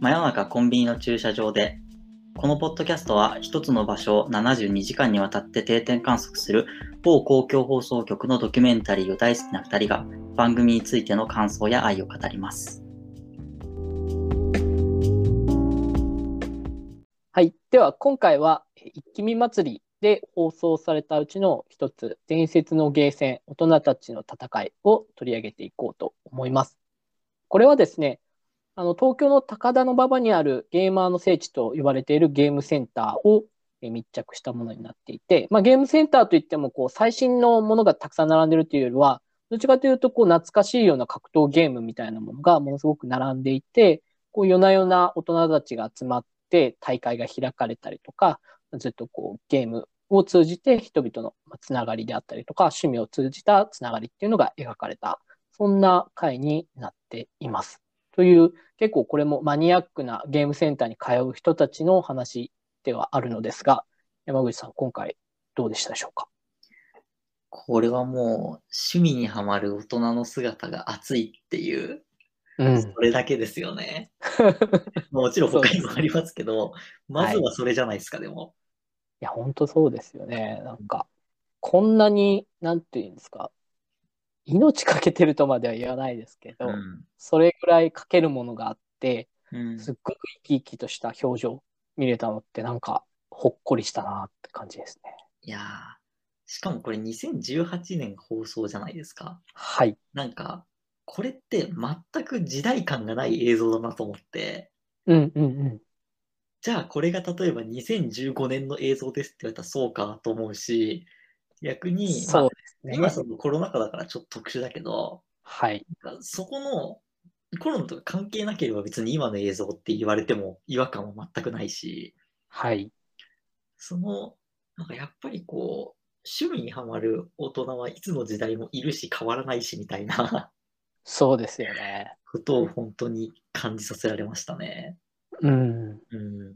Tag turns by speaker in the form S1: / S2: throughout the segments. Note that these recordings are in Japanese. S1: 真夜中コンビニの駐車場でこのポッドキャストは一つの場所を72時間にわたって定点観測する某公共放送局のドキュメンタリーを大好きな2人が番組についての感想や愛を語ります。
S2: はい。では、今回は、えー一気見祭りで放送されたうちの一つ、伝説のゲーセン、大人たちの戦いを取り上げていこうと思います。これはですね、あの東京の高田馬場にあるゲーマーの聖地と呼ばれているゲームセンターをえー密着したものになっていて、まあ、ゲームセンターといってもこう最新のものがたくさん並んでるというよりは、どちらかというとこう懐かしいような格闘ゲームみたいなものがものすごく並んでいて、こう夜な夜な大人たちが集まって大会が開かれたりとか、ずっとこうゲームを通じて人々のまあつながりであったりとか、趣味を通じたつながりっていうのが描かれた、そんな回になっています。という、結構これもマニアックなゲームセンターに通う人たちの話ではあるのですが、山口さん、今回どうでしたでしょうか
S1: これはもう趣味にはまる大人の姿が熱いっていう、
S2: うん
S1: そ。れだけですよ ね。もちろん他にもありますけど、まずはそれじゃないですか、でも。
S2: いや、本当そうですよね。なんか、こんなに、なんていうんですか、命かけてるとまでは言わないですけど、
S1: ん
S2: それぐらいかけるものがあって、
S1: うん
S2: すっごく生き生きとした表情見れたのって、なんか、ほっこりしたなって感じですね。
S1: いやーしかもこれ2018年放送じゃないですか。
S2: はい。
S1: なんか、これって全く時代感がない映像だなと思って、
S2: うんうんうん。
S1: じゃあこれが例えば2015年の映像ですって言われたらそうかと思うし、逆に、まあ
S2: そうです
S1: 今
S2: ね。
S1: そのコロナ禍だからちょっと特殊だけど、
S2: はい。
S1: なんかそこのコロナとか関係なければ別に今の映像って言われても違和感は全くないし、
S2: はい。
S1: その、なんかやっぱりこう、趣味にはまる大人はいつの時代もいるし変わらないしみたいな
S2: そうですよね。
S1: ことを本当に感じさせられましたね。
S2: うん。
S1: うん。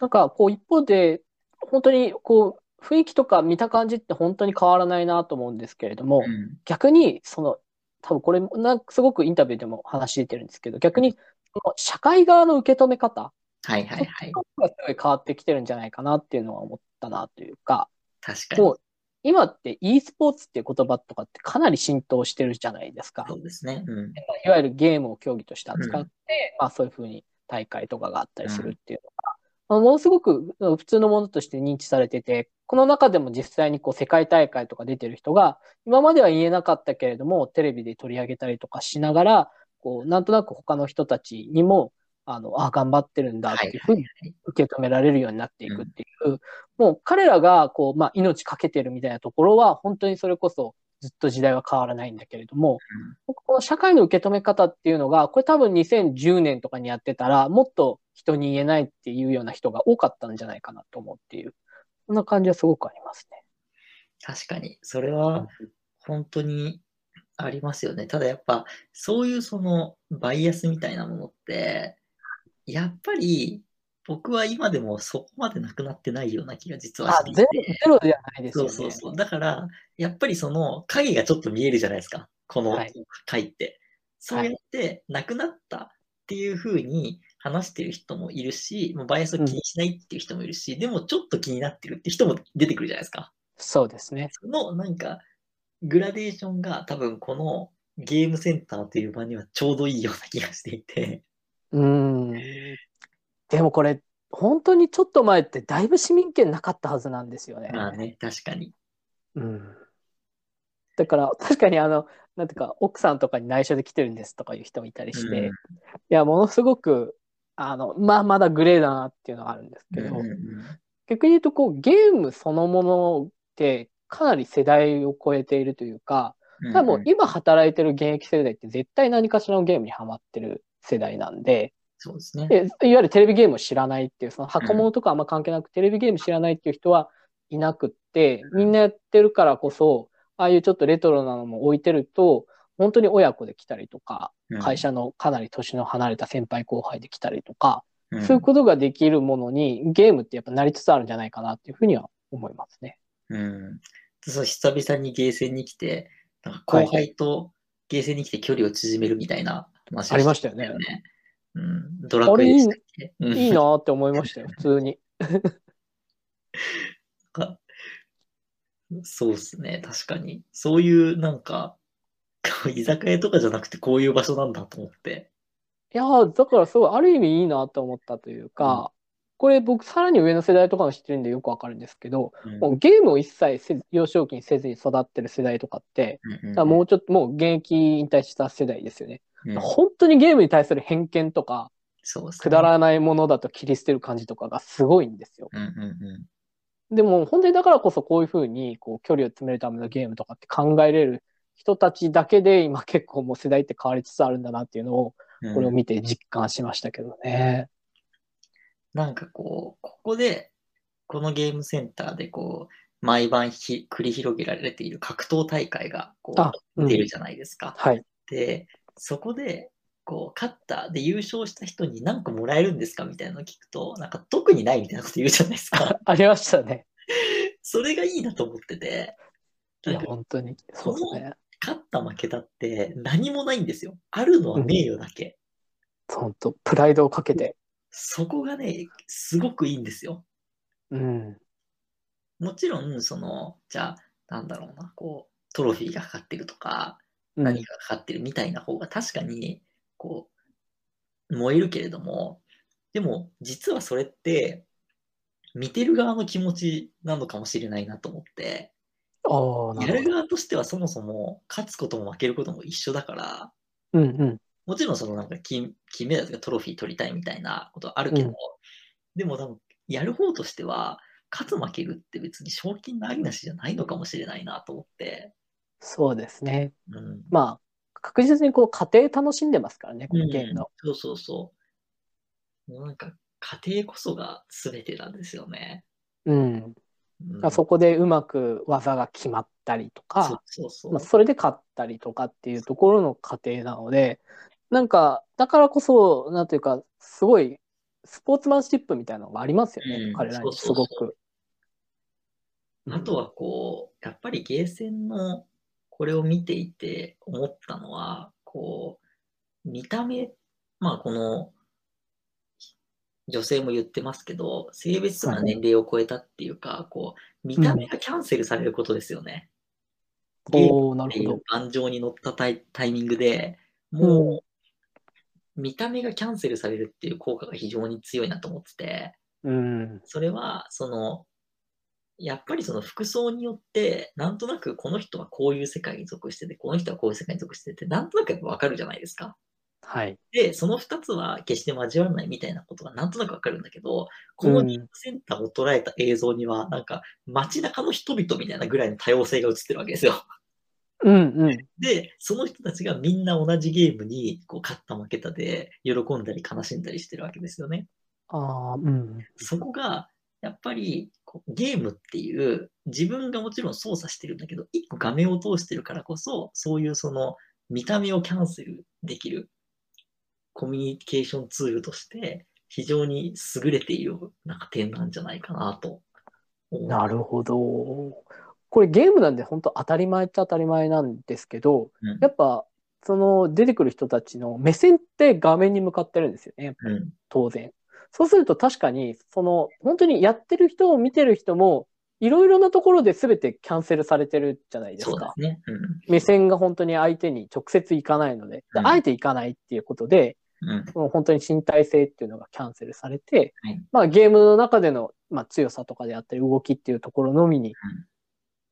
S2: なんかこう一方で、本当にこう、雰囲気とか見た感じって本当に変わらないなと思うんですけれども、
S1: うん
S2: 逆に、その、多分これも、なんかすごくインタビューでも話出てるんですけど、逆に、その社会側の受け止め方
S1: はいはいはい。
S2: がすごい変わってきてるんじゃないかなっていうのは思ったなというか、
S1: 確かに。
S2: こう、今って e スポーツっていう言葉とかってかなり浸透してるじゃないですか。
S1: そうですね。うん。
S2: いわゆるゲームを競技として扱って、まあそういうふうに大会とかがあったりするっていうのが、まあものすごくうん普通のものとして認知されてて、この中でも実際にこう世界大会とか出てる人が、今までは言えなかったけれども、テレビで取り上げたりとかしながら、こうなんとなく他の人たちにも、あの、あ、頑張ってるんだっていうふうに
S1: はい
S2: 受け止められるようになっていくっていう、もう彼らがこう、まあ、命かけてるみたいなところは、本当にそれこそずっと時代は変わらないんだけれども、この社会の受け止め方っていうのが、これ多分2010年とかにやってたら、もっと人に言えないっていうような人が多かったんじゃないかなと思うっていう、そんな感じはすごくありますね。
S1: 確かに。それは本当にありますよね。ただやっぱ、そういうそのバイアスみたいなものって、やっぱり僕は今でもそこまでなくなってないような気が実は
S2: あ
S1: してい
S2: ゼ
S1: て
S2: ロ、ゼロじゃないです
S1: そ
S2: よ
S1: う
S2: ね。
S1: そうそう。だから、やっぱりその影がちょっと見えるじゃないですか。この
S2: はい
S1: 回って。そうやって、なくなったっていうふうに話してる人もいるし、もうバイアスを気にしないっていう人もいるし、でもちょっと気になってるって人も出てくるじゃないですか。
S2: そうですね。
S1: そのなんか、グラデーションが多分このゲームセンターという場にはちょうどいいような気がしていて。
S2: うーん。でもこれ、本当にちょっと前ってだいぶ市民権なかったはずなんですよね。
S1: まあね、確かに。
S2: うん。だから、確かにあの、なんていうか、奥さんとかに内緒で来てるんですとかいう人もいたりして、
S1: うん
S2: いや、ものすごく、あの、まあ、まだグレーだなっていうのはあるんですけど、
S1: うんうん
S2: 逆に言うと、こう、ゲームそのものって、かなり世代を超えているというか、
S1: うん
S2: 多分今働いてる現役世代って絶対何かしらのゲームにハマってる世代なんで、
S1: そうですね。
S2: でいわゆるテレビゲームを知らないっていう、その箱物とかあんま関係なく、テレビゲーム知らないっていう人はいなくって、みんなやってるからこそ、ああいうちょっとレトロなのも置いてると、本当に親子で来たりとか、
S1: うん
S2: 会、社のかなり年の離れた先輩後輩で来たりとか、
S1: うん
S2: そういうことができるものに、ゲームってやっぱなりつつあるんじゃないかなっていうふうには思いますね。
S1: うん。そう久々にゲーセンに来て、なんか
S2: はい
S1: 後輩とゲーセンに来て距離を縮めるみたいな話を
S2: ありま
S1: し
S2: したよ
S1: た
S2: ね
S1: よ。ね。うん、ドラクエでしたっけうん
S2: いいなーって思いま したよ、普通に。
S1: か、そうっすね、確かに。そういう、なんか、 居酒屋とかじゃなくて、こういう場所なんだと思って。
S2: いやーだからすごい、ある意味いいなと思ったというか、これ僕さらに上の世代とかの知ってるんでよくわかるんですけど、
S1: うん
S2: もうゲームを一切せず幼少期にせずに育ってる世代とかって、だからもうちょっと、もう現役引退した世代ですよね。
S1: うん、うん
S2: 本当にゲームに対する偏見とか、
S1: そうっすね。
S2: くだらないものだと切り捨てる感じとかがすごいんですよ。
S1: うんうんうん。
S2: でも本当にだからこそこういうふうにこう距離を詰めるためのゲームとかって考えれる人たちだけで今結構もう世代って変わりつつあるんだなっていうのを
S1: うん
S2: これを見て実感しましたけどね。
S1: なんかこう、ここで、このゲームセンターでこう、毎晩ひ繰り広げられている格闘大会がこ
S2: あ、
S1: う
S2: うん
S1: 出るじゃないですか。
S2: はい。
S1: で、そこで、こう、勝ったで優勝した人に何個もらえるんですかみたいなのを聞くと、なんか特にないみたいなこと言うじゃないですか。
S2: ありましたね。
S1: それがいいなと思ってて、な
S2: い や、
S1: んか
S2: 本当に。そうで すね。
S1: 勝った負けだって何もないんですよ。あるのは名誉だけ。
S2: 本当、プライドをかけて。
S1: そこがね、すごくいいんですよ。
S2: うん。
S1: もちろん、その、じゃあ、なんだろうな、こう、トロフィーがかかってるとか、何かかかってるみたいな方が確かに、こう、燃えるけれども、でも、実はそれって、見てる側の気持ちなのかもしれないなと思って、
S2: ああ、な
S1: や
S2: る
S1: る
S2: ほど。
S1: 側としてはそもそも勝つことも負けることも一緒だから、
S2: うんうん。
S1: もちろんそのなんか金金メダルとかトロフィー取りたいみたいなことはあるけど、
S2: うん
S1: でも多分やる方としては、勝つ負けるって別に賞金のありなしじゃないのかもしれないなと思って。
S2: そうですね。
S1: うん。
S2: まあ、確実にこう、家庭楽しんでますからね、このゲームの。
S1: そうそうそう。もうなんか家庭こそが全てなんですよね。
S2: うん。
S1: うん
S2: あそこでうまく技が決まったりとか。
S1: そうそうそう。
S2: まあ、それで勝ったりとかっていうところの過程なので、なんか、だからこそ、なんていうか、すごい、スポーツマンシップみたいなのがありますよね、
S1: うん
S2: 彼ら
S1: そう
S2: に、す
S1: そう
S2: ご
S1: そう
S2: く。
S1: あとはこう、やっぱりゲーセンのこれを見ていて思ったのは、こう、見た目、まあこの、女性も言ってますけど、性別とか年齢を超えたっていうか、こう、見た目がキャンセルされることですよね。
S2: うん、
S1: ゲーム
S2: おおな
S1: って
S2: る
S1: い
S2: ほ
S1: う
S2: ど。
S1: 盤上に乗ったタイタイミングで
S2: う
S1: もう、見た目がキャンセルされるっていう効果が非常に強いなと思ってて、
S2: うん。
S1: それは、その、やっぱりその服装によって、なんとなくこの人はこういう世界に属してて、この人はこういう世界に属してて、なんとなくやっぱわかるじゃないですか。
S2: はい。
S1: で、その2つは決して交わらないみたいなことがなんとなくわかるんだけど、こ
S2: う
S1: の
S2: ん
S1: ゲームセンターを捉えた映像には、なんか街中の人々みたいなぐらいの多様性が映ってるわけですよ。
S2: うんうん。
S1: で、その人たちがみんな同じゲームに、こう、勝った負けたで、喜んだり悲しんだりしてるわけですよね。
S2: ああ、うん。
S1: そこが、やっぱりこうゲームっていう、自分がもちろん操作してるんだけど、一個画面を通してるからこそ、そういうその見た目をキャンセルできるコミュニケーションツールとして、非常に優れているなんか点なんじゃないかなと思う。
S2: なるほど。これゲームなんで本当当たり前っちゃ当たり前なんですけど、
S1: うん
S2: やっぱ、その出てくる人たちの目線って画面に向かってるんですよね。
S1: うん
S2: 当然。そうすると確かに、その、本当にやってる人を見てる人も、いろいろなところで全てキャンセルされてるじゃないです
S1: そうで
S2: か。
S1: すね。うん
S2: 目線が本当に相手に直接行かないので、で
S1: うん
S2: あえて行かないっていうことで、
S1: うん
S2: もう本当に身体性っていうのがキャンセルされて、
S1: はい
S2: まあゲームの中での、まあ、強さとかであったり動きっていうところのみに、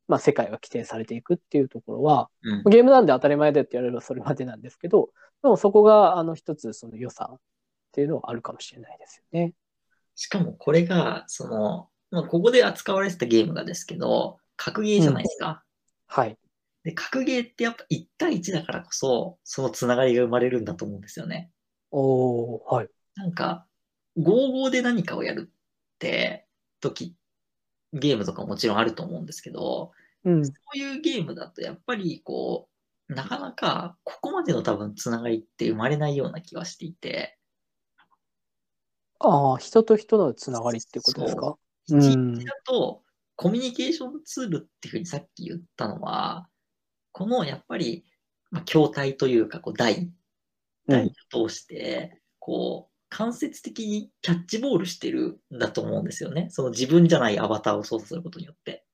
S2: まあ世界が規定されていくっていうところは、
S1: うん
S2: ゲームなんで当たり前だよって言われればそれまでなんですけど、でもそこがあの一つその良さっていうのはあるかもしれないですよね。
S1: しかもこれが、その、まあ、ここで扱われてたゲームがですけど、格ゲーじゃないですか。
S2: はい。
S1: で、格ゲーってやっぱ1対1だからこそ、そのつながりが生まれるんだと思うんですよね。
S2: おおはい。
S1: なんか、55で何かをやるって時、ゲームとかもちろんあると思うんですけど、
S2: うん。
S1: そういうゲームだとやっぱりこう、なかなかここまでの多分つながりって生まれないような気はしていて、
S2: ああ、人と人のつながりっていうことですかうん
S1: 1だとコミュニケーションツールっていうふうにさっき言ったのは、このやっぱり、まあ、筐体というかこう台
S2: う
S1: 台
S2: ん。
S1: を通して、こう、間接的にキャッチボールしてるんだと思うんですよね。その自分じゃないアバターを操作することによって。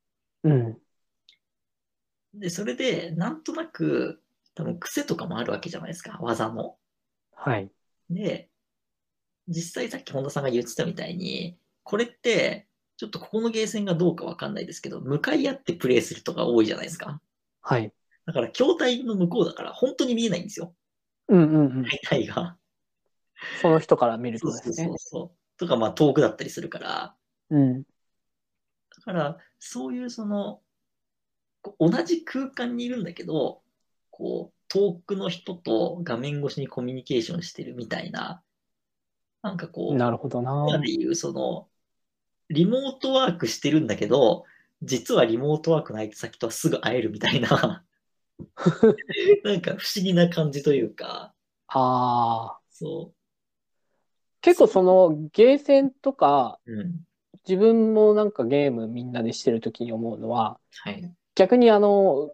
S2: うん。
S1: で、それで、なんとなく、多分癖とかもあるわけじゃないですか、技の。
S2: はい。
S1: で、実際さっき本田さんが言ってたみたいに、これって、ちょっとここのゲーセンがどうかわかんないですけど、向かい合ってプレイするとか多いじゃないですか。
S2: はい。
S1: だから、筐体の向こうだから、本当に見えないんですよ、
S2: うんうんうん。
S1: 体が。
S2: その人から見る
S1: そ
S2: と
S1: う
S2: で
S1: そう
S2: す
S1: そ
S2: ね
S1: う。そう。とか、まあ、遠くだったりするから、
S2: うん。
S1: だから、そういうその、こう同じ空間にいるんだけど、こう、遠くの人と画面越しにコミュニケーションしてるみたいな、なんかこう、
S2: なるほどな。
S1: 今でいうその、リモートワークしてるんだけど、実はリモートワークの相手先とはすぐ会えるみたい な、なんか不思議な感じというか、
S2: ああ。
S1: そ
S2: 結構そのゲーセンとか、
S1: う。うん。
S2: 自分もなんかゲームみんなでしてる時に思うのは、
S1: はい。
S2: 逆にあの、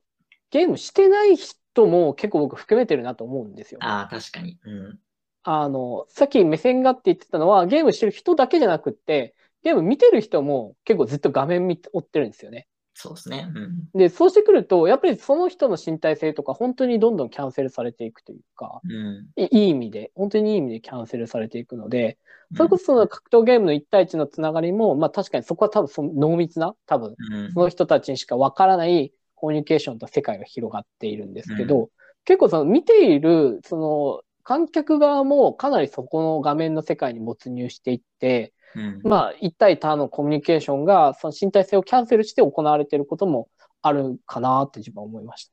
S2: ゲームしてない人も結構僕含めてるなと思うんですよ。
S1: ああ、確かに。うん。
S2: あの、さっき目線がって言ってたのは、ゲームしてる人だけじゃなくって、ゲーム見てる人も結構ずっと画面見て追ってるんですよね。
S1: そうですね。うん。
S2: で、そうしてくると、やっぱりその人の身体性とか、本当にどんどんキャンセルされていくというか、
S1: うん。
S2: いいい意味で、本当にいい意味でキャンセルされていくので、それこ
S1: う
S2: そその格闘ゲームの1対1のつながりも、まあ確かにそこは多分その濃密な、多分
S1: ん。
S2: その人たちにしかわからないコミュニケーションと世界が広がっているんですけど、結構その見ている、その観客側もかなりそこの画面の世界に没入していって、
S1: うん。
S2: まあ一対他のコミュニケーションがその身体性をキャンセルして行われていることもあるかなって自分は思いまし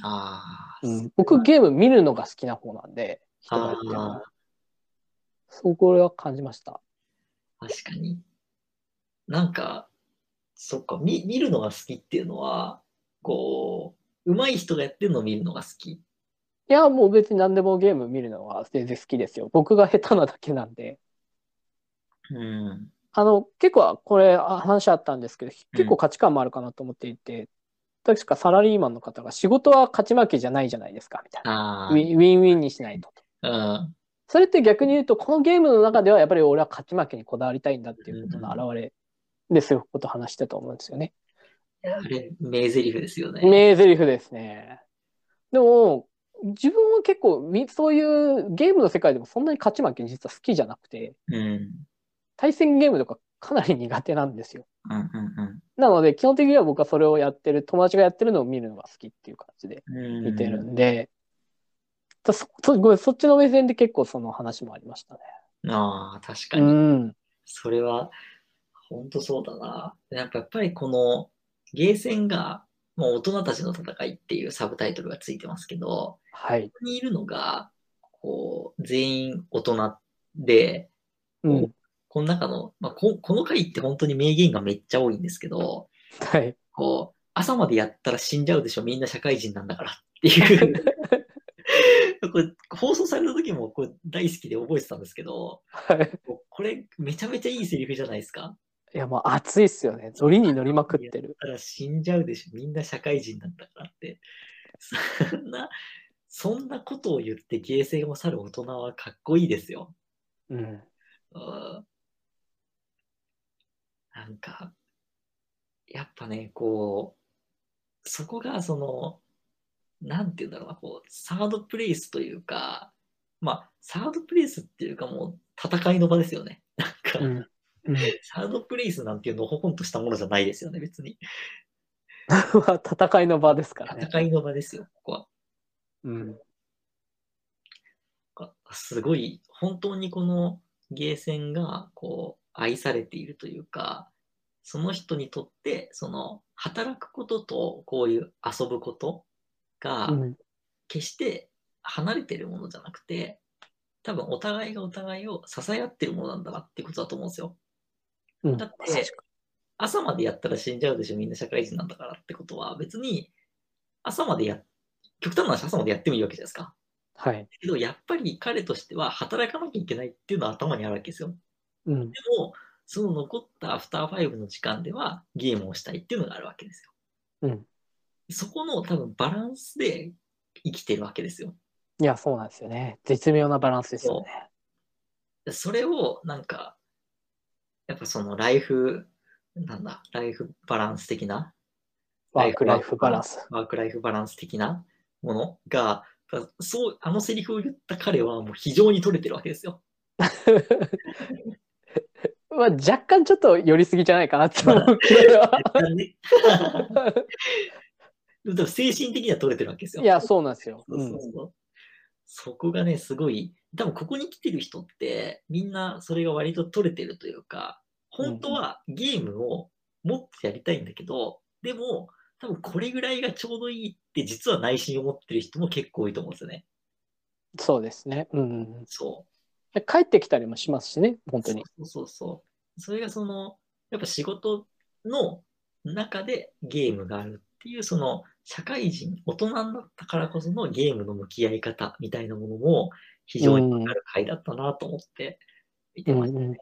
S2: た
S1: ああ、
S2: ね。うん、僕ゲーム見るのが好きな方なんで、人がやってるの
S1: あ
S2: そこは感じました。
S1: あ、確かに。なんか、そっか、見見るのが好きっていうのは、こう、上手い人がやってるのを見るのが好き。
S2: いや、もう別に何でもゲーム見るのは全然好きですよ。僕が下手なだけなんで。
S1: うん。
S2: あの、結構これあ話あったんですけど、
S1: ん
S2: 結構価値観もあるかなと思っていて、確かサラリーマンの方が仕事は勝ち負けじゃないじゃないですか、みたいな。
S1: あ
S2: ウィンウィンウィンにしないと。
S1: あ、うん。
S2: それって逆に言うと、このゲームの中ではやっぱり俺は勝ち負けにこだわりたいんだっていうことの表れで、そういうことを話してたと思うんですよね。
S1: あれ、名台詞ですよね。
S2: 名台詞ですね。でも、自分は結構み、そういうゲームの世界でもそんなに勝ち負け実は好きじゃなくて、
S1: うん。うん
S2: 対戦ゲームとかかなり苦手なんですよ。
S1: うん
S2: なので、基本的には僕はそれをやってる、友達がやってるのを見るのが好きっていう感じで
S1: うん。
S2: 見てるんで、だそそごめんそっちの目線で結構その話もありましたね。
S1: ああ、確か
S2: う
S1: に。
S2: ん。
S1: それは、本当そうだな。なんかやっぱりこの、ゲーセンが、もう大人たちの戦いっていうサブタイトルがついてますけど、
S2: はい。
S1: ここにいるのが、こう、全員大人で、
S2: うん。
S1: この中の、まあこ、この回って本当に名言がめっちゃ多いんですけど、
S2: はい。
S1: こう、朝までやったら死んじゃうでしょ、みんな社会人なんだからって いう。これ放送された時もこれ大好きで覚えてたんですけど、
S2: はい。
S1: こうこれめちゃめちゃいいセリフじゃないですか。
S2: いや、もう熱いっすよね。ノリに乗りまくってる。
S1: だから死んじゃうでしょ、みんな社会人なんだからって。そんな、そんなことを言って芸性も去る大人はかっこいいですよ。
S2: うん。
S1: うんなんか、やっぱね、こう、そこがその、なんて言うんだろうな、こう、サードプレイスというか、まあ、サードプレイスっていうかもう戦いの場ですよね。なんか、
S2: うん。うん、
S1: サードプレイスなんていうのほほんとしたものじゃないですよね、別に。
S2: まあ戦いの場ですからね。
S1: 戦いの場ですよ、ここは。
S2: うん。
S1: あすごい、本当にこのゲーセンがこう愛されているというか、その人にとって、その働くこととこういう遊ぶことが
S2: うん。
S1: 決して離れてるものじゃなくて、多分お互いがお互いを支え合ってるものなんだなってことだと思うんですよ。
S2: うん
S1: だって、朝までやったら死んじゃうでしょ、みんな社会人なんだからってことは、別に朝までや、極端な話、朝までやってもいいわけじゃないですか。
S2: はい。
S1: けど、やっぱり彼としては働かなきゃいけないっていうのは頭にあるわけですよ。
S2: うん。
S1: でも、その残ったアフターファイブの時間ではゲームをしたいっていうのがあるわけですよ。
S2: うん。
S1: そこの多分バランスで生きてるわけですよ。
S2: いや、そうなんですよね。絶妙なバランスですよね。
S1: それをなんか、やっぱそのライフ、なんだ、ライフバランス的な
S2: ワークライフバランス。
S1: ワークライフバランス的なものが、そう、あのセリフを言った彼はもう非常に取れてるわけ ですよ。
S2: まあ、若干ちょっと寄りすぎじゃないかなって思うけ
S1: ね
S2: ど。
S1: でも精神的には取れてるわけですよ。
S2: いや、そうなんですよ。
S1: そうそうそうそこがね、すごい、多分ここに来てる人って、みんなそれが割と取れてるというか、本当はゲームをもっとやりたいんだけど、でも、多分これぐらいがちょうどいいって、実は内心思ってる人も結構多いと思うんですよね。
S2: そうですね。うん。
S1: そう。
S2: 帰ってきたりもしますしね、本当に。
S1: そうそうそう。それがその、やっぱ仕事の中でゲームがあるっていう、その社会人、大人になったからこそのゲームの向き合い方みたいなものも非常にわかる回だったなと思って見てましたね。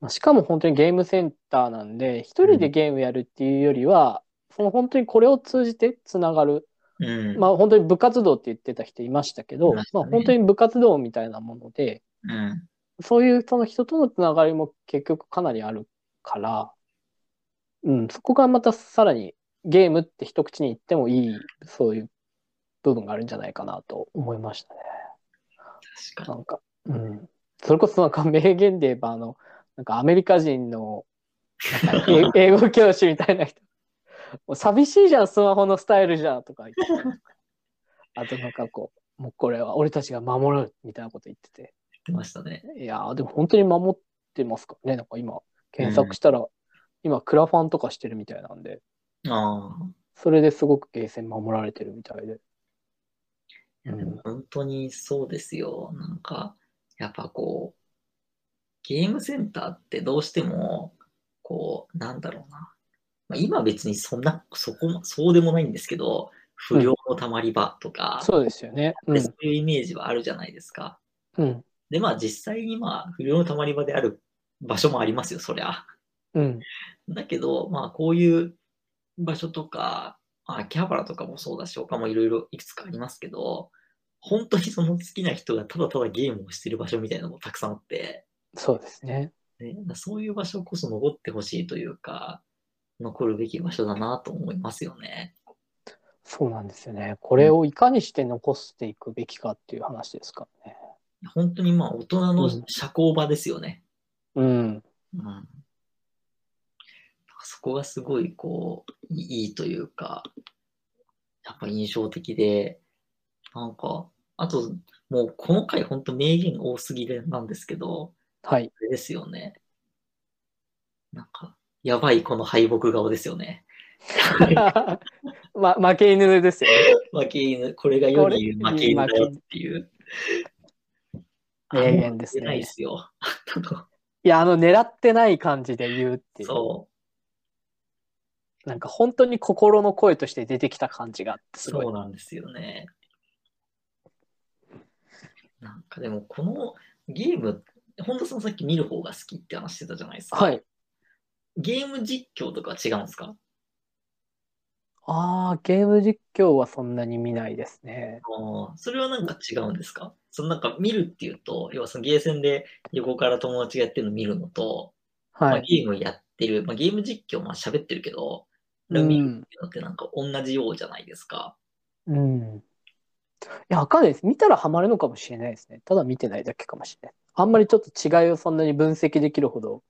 S2: まあしかも本当にゲームセンターなんで、一人でゲームやるっていうよりは、その本当にこれを通じてつながる。
S1: うん。
S2: まあ本当に部活動って言ってた人いましたけど、
S1: いま
S2: ま
S1: したね
S2: あ本当に部活動みたいなもので、
S1: うん、
S2: そういうその人とのつながりも結局かなりあるから、うん、そこがまたさらにゲームって一口に言ってもいい、そういう部分があるんじゃないかなと思いましたね。
S1: 確か
S2: なんか、うん。それこそなんか名言で言えば、あの、なんかアメリカ人の なんか英英語教師みたいな人。もう寂しいじゃん、スマホのスタイルじゃんとか言って。あとなんかこう、もうこれは俺たちが守るみたいなこと言ってて。
S1: に言ってましたね。
S2: いやー、でも本当に守ってますからね。なんか今、検索したら、今クラファンとかしてるみたいなんで、
S1: ああ。
S2: それですごくゲーセン守られてるみたいで。
S1: いやでも本当にそうですよ。なんか、やっぱこう、ゲームセンターってどうしても、こう、なんだろうな。まあ、今別にそんな、そこも、そうでもないんですけど、不良のたまり場とか、
S2: そうですよね。う
S1: で
S2: ん
S1: そ。ういうイメージはあるじゃないですか。
S2: うん。
S1: で、まあ実際にまあ、不良のたまり場である場所もありますよ、そりゃ。
S2: うん。
S1: だけど、まあ、こういう場所とか、まあ、秋葉原とかもそうだし、他もいろいろいくつかありますけど、本当にその好きな人がただただゲームをしてる場所みたいなのもたくさんあって、
S2: そうですね。
S1: ね、そういう場所こそ残ってほしいというか、残るべき場所だなと思いますよね。
S2: そうなんですよね。これをいかにして残していくべきかっていう話ですからね。
S1: 本当にまあ大人の
S2: うん
S1: 社交場ですよね。
S2: うん。
S1: うんなんかそこがすごいこういいいというかやっぱ印象的でなんかあともうこの回ほんと名言多すぎでなんですけど
S2: はい。
S1: あれですよねなんかやばいこの敗北顔ですよ ね
S2: ま、負け犬ですよ
S1: 負け犬これが世に言う負け犬だよっていう
S2: これ名言ですね
S1: あんま言えないですよ あの
S2: いや、あの、狙ってない感じで言うっていう。
S1: そう
S2: なんか本当に心の声として出てきた感じがあって、すご
S1: そ
S2: い。
S1: うなんですよね。なんかでもこのゲーム、本田さんさっき見る方が好きって話してたじゃないですか。
S2: はい。
S1: ゲーム実況とかは違うんですか
S2: ああ、ゲーム実況はそんなに見ないですね。
S1: あーそれはなんか違うんですかそのなんか見るっていうと、要はそのゲーセンで横から友達がやってるの見るのと、ま
S2: は
S1: あ、
S2: い。
S1: ゲームやってる、まあ、ゲーム実況まあ喋ってるけど、
S2: う
S1: 見る
S2: ん。
S1: っていうのってなんか同じようじゃないですか。
S2: うん。いや、わかんないです。見たらハマるのかもしれないですね。ただ見てないだけかもしれない。あんまりちょっと違いをそんなに分析できるほど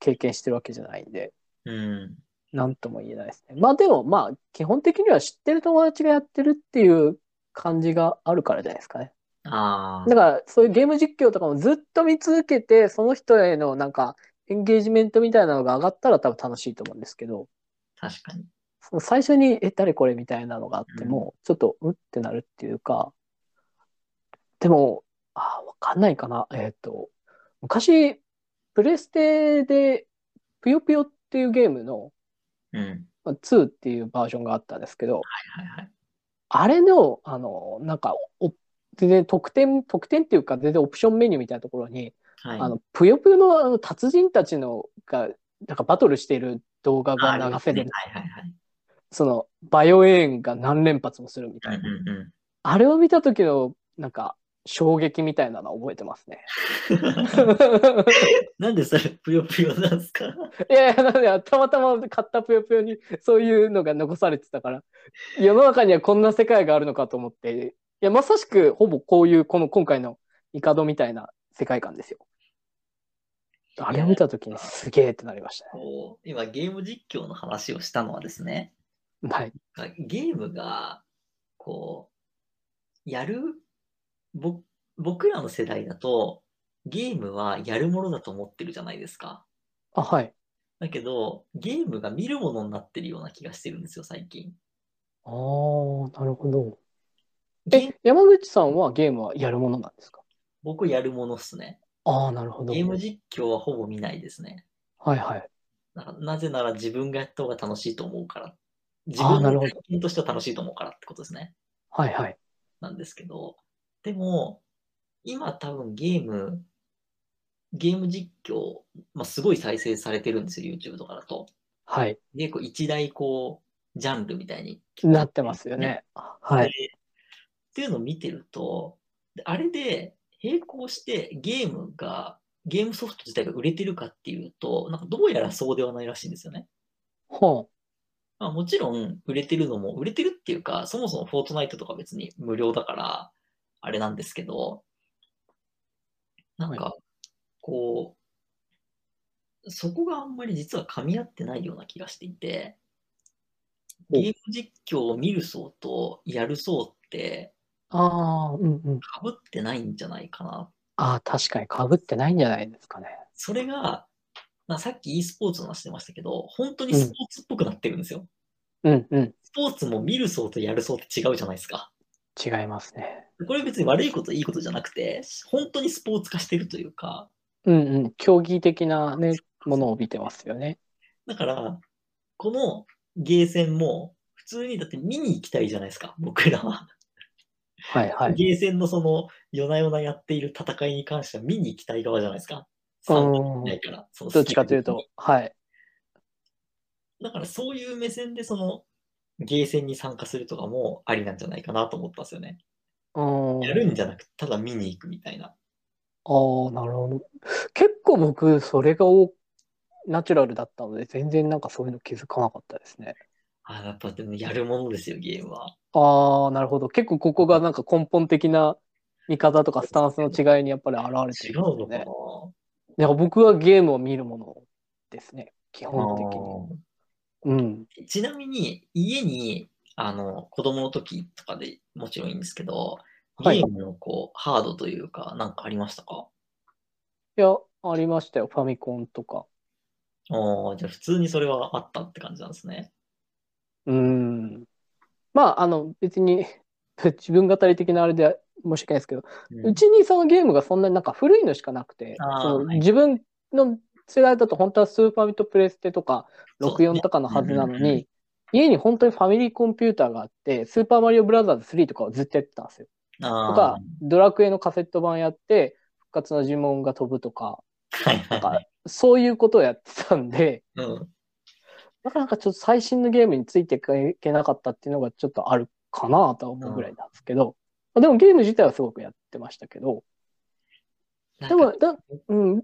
S2: 経験してるわけじゃないんで、
S1: うん。
S2: なんとも言えないですね。まあでも、まあ、基本的には知ってる友達がやってるっていう感じがあるからじゃないですかね。
S1: ああ。
S2: だから、そういうゲーム実況とかもずっと見続けて、その人へのなんか、エンゲージメントみたいなのが上がったら多分楽しいと思うんですけど、
S1: 確かに。
S2: その最初に、え、誰これみたいなのがあって
S1: うん
S2: も、ちょっと、うってなるっていうか、でも、あー、わかんないかな。えっと、昔、プレステで、ぷよぷよっていうゲームの、
S1: うん。はい
S2: まあ2っていうバージョンがあったんですけど、
S1: はいはい。
S2: あれの、あの、なんか、お全然特典、特典っていうか、全然オプションメニューみたいなところに、
S1: はい、
S2: あの、ぷよぷよのあの達人たちのが、なんかバトルしている動画が流せ
S1: ありますね
S2: る、
S1: はいはいはい。
S2: その、バイオエーンが何連発もするみたいな。
S1: うんうんうん
S2: あれを見た時の、なんか、衝撃みたいなのは覚えてますね。
S1: なんでそれぷよぷよなんですか
S2: いやいや、なんでたまたま買ったぷよぷよにそういうのが残されてたから、世の中にはこんな世界があるのかと思って、いや、まさしくほぼこういう、この今回のミカドみたいな世界観ですよ。あれを見たときにすげえってなりました
S1: こう今ゲーム実況の話をしたのはですね、
S2: ね。はい。
S1: がゲームがこうやるぼ僕らの世代だとゲームはやるものだと思ってるじゃないですか
S2: あ、はい。
S1: だけどゲームが見るものになってるような気がしてるんですよ最近
S2: ああ、なるほど。
S1: ゲー
S2: え、山口さんはゲームはやるものなんですか
S1: 僕やるものっすね
S2: ああ、なるほど。
S1: ゲーム実況はほぼ見ないですね
S2: はいはい。
S1: ななぜなら自分がやった方が楽しいと思うから自
S2: ああ、
S1: 分
S2: な
S1: の
S2: るほど
S1: 体。験としては楽しいと思うからってことですね
S2: はいはい。
S1: なんですけど、でも、今多分ゲーム、ゲーム実況、まあ、すごい再生されてるんですよ、YouTube とかだと。
S2: はい。
S1: 結構一大こう、ジャンルみたいに。
S2: なってますよね。はい。
S1: っていうのを見てると、であれで並行してゲームが、ゲームソフト自体が売れてるかっていうと、なんかどうやらそうではないらしいんですよね。
S2: ほ
S1: まあ、もちろん売れてるのも、売れてるっていうか、そもそもフォートナイトとか別に無料だから、あれなんですけど、なん
S2: は
S1: か、こう、そこがあんまり実は噛み合ってないような気がしていて、
S2: お
S1: ゲーム実況を見る層とやる層って
S2: う。ああ、うんうん。
S1: 被ってないんじゃないかな。
S2: ああ、確かに被ってないんじゃないですかね。
S1: それが、まあ、さっき e スポーツの話してましたけど、本当にスポーツっぽくなってるんですよ。
S2: うんうん。
S1: スポーツも見る層とやる層って違うじゃないですか。
S2: 違いますね。
S1: これ別に悪いこといいことじゃなくて、本当にスポーツ化してるというか、
S2: うんうん。競技的なね、ものを見てますよね。
S1: だから、このゲーセンも、普通にだって見に行きたいじゃないですか、僕らは。
S2: はいはい。
S1: ゲーセンのその、夜な夜なやっている戦いに関しては見に行きたい側じゃないですか。参加
S2: うん
S1: しないから、その
S2: どっちかというと、はい。
S1: だからそういう目線でその、ゲーセンに参加するとかもありなんじゃないかなと思ったんですよね。
S2: うん。
S1: やるんじゃなくて、ただ見に行くみたいな。
S2: ああ、なるほど。結構僕、それが多ナチュラルだったので、全然なんかそういうの気づかなかったですね。
S1: あやっぱでもやるものですよ、ゲームは。
S2: ああ、なるほど。結構ここがなんか根本的な見方とかスタンスの違いにやっぱり現れて
S1: 違
S2: る
S1: うん
S2: です
S1: のかな、
S2: ね。いや、僕はゲームを見るものですね。基本的に。
S1: あー
S2: うん。
S1: ちなみに家にあの子供の時とかでもちろんいいんですけど、
S2: はい
S1: ゲームのこうハードというか、なんかありましたか
S2: いや、ありましたよ。ファミコンとか。
S1: ああ、じゃあ普通にそれはあったって感じなんですね。
S2: うーん。まあ、あの、別に 自分語り的なあれで申し訳ないですけど、
S1: うん
S2: うちにそのゲームがそんなになんか古いのしかなくて、
S1: あー
S2: その
S1: はい
S2: 自分の世代だと本当はスーパーミートプレステとか
S1: そうね
S2: 64とかのはず
S1: う
S2: なの
S1: んうんう
S2: に、家に本当にファミリーコンピューターがあって、スーパーマリオブラザーズ3とかをずっとやってたんですよ。と
S1: あ
S2: か、ドラクエのカセット版やって、復活の呪文が飛ぶとか、
S1: あ、はいは
S2: なん
S1: いは
S2: か
S1: い。、
S2: そういうことをやってたんで、
S1: うん、
S2: なかなかちょっと最新のゲームについていけなかったっていうのがちょっとあるかなとは思うぐらいなんですけど、まあでもゲーム自体はすごくやってましたけど、
S1: なん
S2: で
S1: か
S2: も、だうん、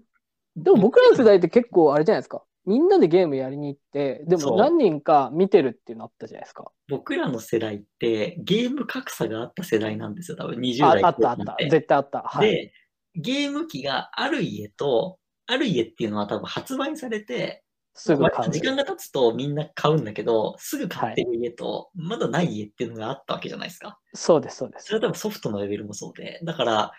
S2: でも僕らの世代って結構あれじゃないですか。みんなでゲームやりに行って、で
S1: そ
S2: も
S1: う
S2: 何人か見てるっていうのあったじゃないですか。
S1: 僕らの世代ってゲーム格差があった世代なんですよ、多分20
S2: あ
S1: 代
S2: あったあっ
S1: 後半
S2: た
S1: て。。
S2: 絶対あった。はい。
S1: で、ゲーム機がある家と、ある家っていうのは多分発売されて、
S2: すぐ買
S1: 時間
S2: う。
S1: が経つとみんな買うんだけど、すぐ買ってる家と、まだない家っていうのがあったわけじゃないですか。
S2: そうです、そうで
S1: そ
S2: す。
S1: れは多分ソフトのレベルもそうで、だから、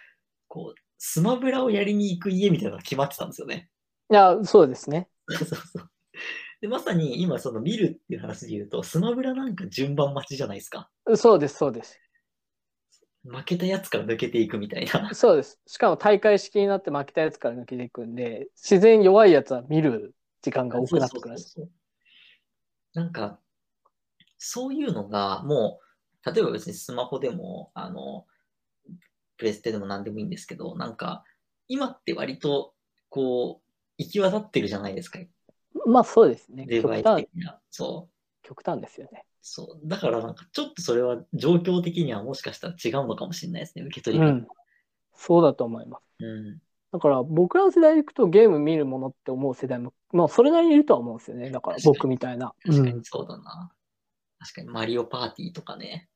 S1: こう、スマブラをやりに行く家みたいなのが決まってたんですよね。
S2: いや、そうですね。
S1: そうそう。 で、まさに今、その見るっていう話で言うと、スマブラなんか順番待ちじゃないですか。
S2: そうです、そうです。
S1: 負けたやつから抜けていくみたいな。
S2: そうです。しかも大会式になって負けたやつから抜けていくんで、自然弱いやつは見る時間が多くなってくるんです。
S1: そうそうそうそうなんか、そういうのが、もう、例えば別にスマホでも、あの、プレステでも何でもいいんですけど、なんか、今って割と、こう、行き渡ってるじゃないですか、
S2: まあそうですね。
S1: デ
S2: 極
S1: バイス
S2: 端
S1: 的、な。そう。
S2: 極端ですよね。
S1: そう。だからなんか、ちょっとそれは状況的にはもしかしたら違うのかもしれないですね、受け取
S2: う
S1: り方。
S2: ん。そうだと思います。
S1: うん。
S2: だから僕らの世代でいくとゲーム見るものって思う世代も、まあそれなりにいるとは思うんですよね。だから僕みたいな。
S1: 確かにそうだな。確かにマリオパーティーとかね。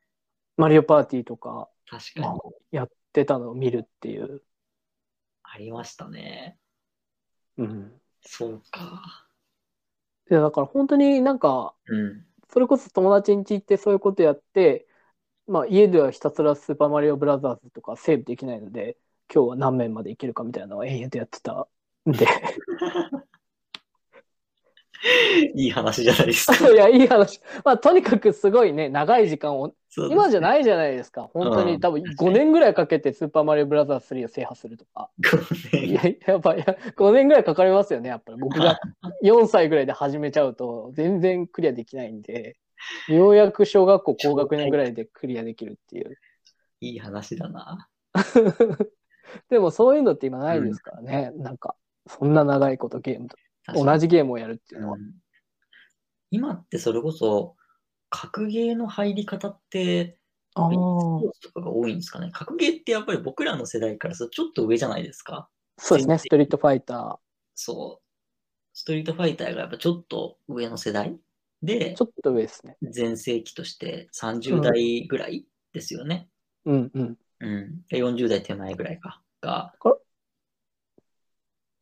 S2: マリオパーティーとか
S1: 確かに
S2: やってたのを見るっていう。
S1: ありましたね。
S2: うん。
S1: そうか。
S2: いやだから本当になんか、
S1: うん。
S2: それこそ友達ん家行ってそういうことやって、まあ家ではひたすらスーパーマリオブラザーズとかセーブできないので、今日は何面までいけるかみたいなのを延々とやってたん で。
S1: いい話じゃないですか。
S2: いや、いい話。まあとにかくすごいね、長い時間を、
S1: そう
S2: 今じゃ
S1: い
S2: ないじゃないですか。本当
S1: うん
S2: に多分5年ぐらいかけてスーパーマリオブラザーズ3を制覇するとか。いや、やっぱいや5年ぐらいかかりますよね、やっぱり。僕が4歳ぐらいで始めちゃうと、全然クリアできないんで、ようやく小学校高学年ぐらいでクリアできるっていう。
S1: いい話だな。
S2: でもそういうのって今ないですからね、なんか、そんな長いことゲームと、
S1: 確か
S2: 同
S1: に
S2: じゲームをやるっていうのは
S1: う。ん今ってそれこそ、格ゲーの入り方って、
S2: あ
S1: スポ
S2: ー
S1: ーツとかが多いんですかね。格ゲーってやっぱり僕らの世代からするとちょっと上じゃないですか。
S2: そうですね、ストリートファイタ
S1: そう。ストリートファイターがやっぱちょっと上の世代で
S2: ー、ち、ょっと上ですね。
S1: 全盛期として30代ぐらいですよね。
S2: うんうん。
S1: うん。で40代手前ぐらいか。が、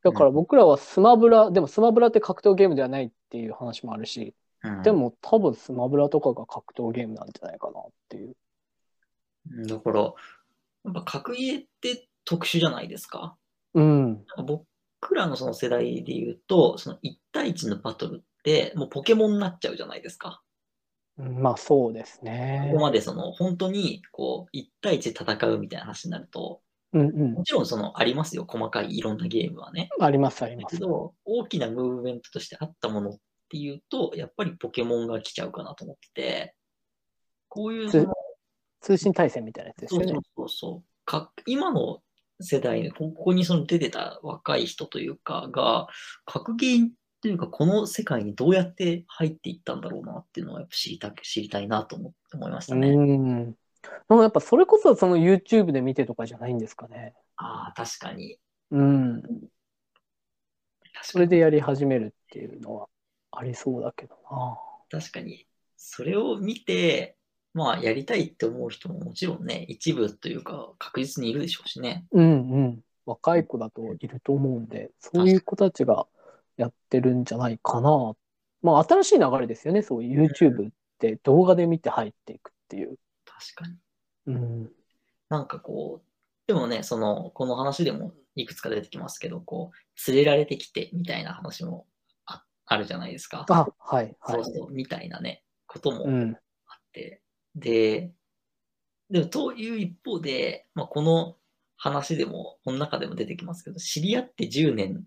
S2: だから僕らはスマブラ、でもスマブラって格闘ゲームではないっていう話もあるし、
S1: うん
S2: でも多分スマブラとかが格闘ゲームなんじゃないかなっていう。
S1: うんだから、やっぱ格ゲーって特殊じゃないですか。
S2: うん。
S1: 僕らのその世代で言うと、その1対1のバトルって、もうポケモンになっちゃうじゃないですか。
S2: まあそうです
S1: こ
S2: ね
S1: こ。までその本当にこう1対1で戦うみたいな話になると、
S2: うんうん
S1: も。ちろんそのありますよ、細かいいろんなゲームはね。
S2: ありますあり
S1: だ
S2: ま
S1: け
S2: す。
S1: ど、大きなムーブメントとしてあったものっていうと、やっぱりポケモンが来ちゃうかなと思ってて、こういうその
S2: 通信対戦みたいなやつです
S1: そう
S2: よね
S1: そう。そうそうか。今の世代、ここにその出てた若い人というかが、格言というか、この世界にどうやって入っていったんだろうなっていうのはやっぱ知りたく知りたいなと思思いましたね。
S2: うん。でもやっぱそれこそその YouTube で見てとかじゃないんですかね。
S1: ああ、確かに。
S2: うん。
S1: 確
S2: そ
S1: か
S2: れ
S1: に。
S2: でやり始めるっていうのはありそうだけどな。
S1: 確かにそれを見て、まあ、やりたいって思う人ももちろんね、一部というか、確実にいるでしょうしね。
S2: うんうん。若い子だといると思うんで、そういう子たちがやってるんじゃないかな。まあ新しい流れですよね。そういう YouTube って動画で見て入っていくっていう。
S1: 確かに。
S2: うん。
S1: なんかこう、でもね、その、この話でもいくつか出てきますけど、こう、連れられてきてみたいな話もああるじゃないですか。
S2: あ、はい、は
S1: そ
S2: い。
S1: うそう、みたいなね、こと
S2: う
S1: もあっ
S2: ん。
S1: て。で、でも、という一方で、まあ、この話でも、この中でも出てきますけど、知り合って10年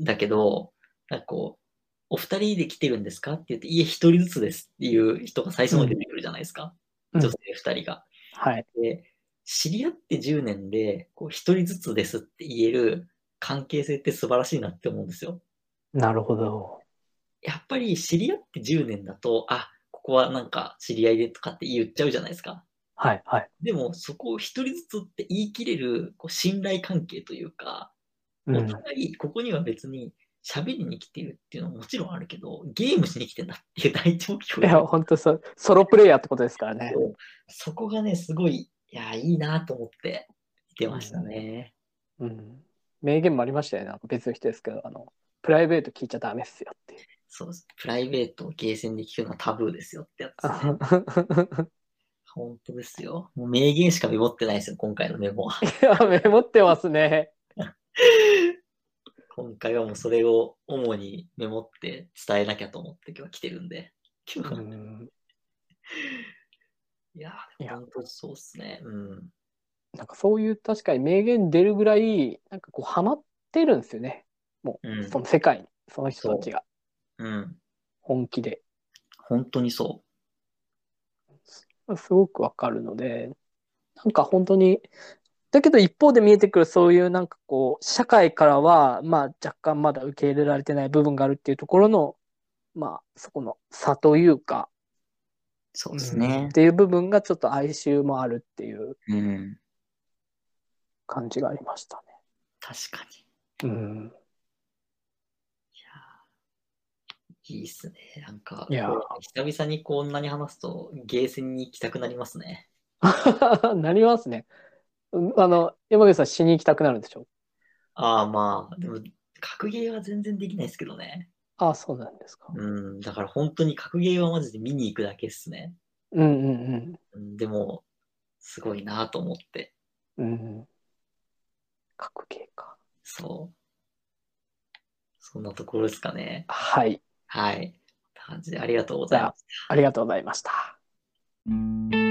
S1: だけど、なんかこう、お二人で来てるんですかって言って、いえ、一人ずつですっていう人が最初に出てくるじゃないですか。
S2: うん
S1: 女性二人が。
S2: はい。
S1: で、知り合って10年で、こう、一人ずつですって言える関係性って素晴らしいなって思うんですよ。
S2: なるほど。
S1: やっぱり知り合って10年だと、あ、ここはなんか知り合いでとかって言っちゃうじゃないですか。
S2: はい、はい。
S1: でも、そこを一人ずつって言い切れる、こう、信頼関係というか、
S2: う
S1: お
S2: ん。
S1: 互い、ここには別に喋りに来てるっていうのはもちろんあるけど、ゲームしに来てんだっていう第一目
S2: い
S1: 標
S2: や、本当そう、ソロプレイヤーってことですからね。
S1: そこがね、すごい、いや、いいなと思って見てましたね。
S2: うん。名言もありましたよね。なんか別の人ですけど、あの、プライベート聞いちゃダメっすよっていう。
S1: そうです。プライベートをゲーセンで聞くのはタブーですよってやつ、ね。
S2: い
S1: 本当ですよ。もう名言しかメモってないですよ、今回のメモ は。
S2: や、メモってますね。
S1: 今回はもうそれを主にメモって伝えなきゃと思って今日来てるんで。今日
S2: う
S1: は
S2: ん。
S1: いや
S2: い
S1: ー、
S2: や
S1: 本当そうっすね。うん。
S2: なんかそういう確かに名言出るぐらい、なんかこう、ハマってるんですよね。
S1: うん
S2: そ。の世界に、その人たちが
S1: うん。
S2: 本気で。
S1: 本当にそ
S2: すごくわかるので、なんか本当に、だけど一方で見えてくるそういうなんかこう、社会からは、まあ若干まだ受け入れられてない部分があるっていうところの、まあそこの差というか、
S1: う。そうですね
S2: っ。ていう部分がちょっと哀愁もあるっていう。
S1: うん。
S2: 感じがありました
S1: 確かに。
S2: ね。うん。
S1: いやーいいっすね。なんか、
S2: いやー
S1: 久々にこんなに話すと、ゲーセンに行きたくなりますね。
S2: なりますね。うんあの、山口さん、しに行きたくなるんでしょ
S1: ああ、まあ、でも、格ゲーは全然できないですけどね。
S2: ああ、そうなんですか。
S1: うん、だから本当に格ゲーはマジで見に行くだけっすね。
S2: うんうん
S1: うんでも、すごいなと思って。
S2: うん。うん。格ゲーか。
S1: そう。そんなところですかね。
S2: はい。
S1: はい。こんな感じでありがとうございました。
S2: ありがとうございました。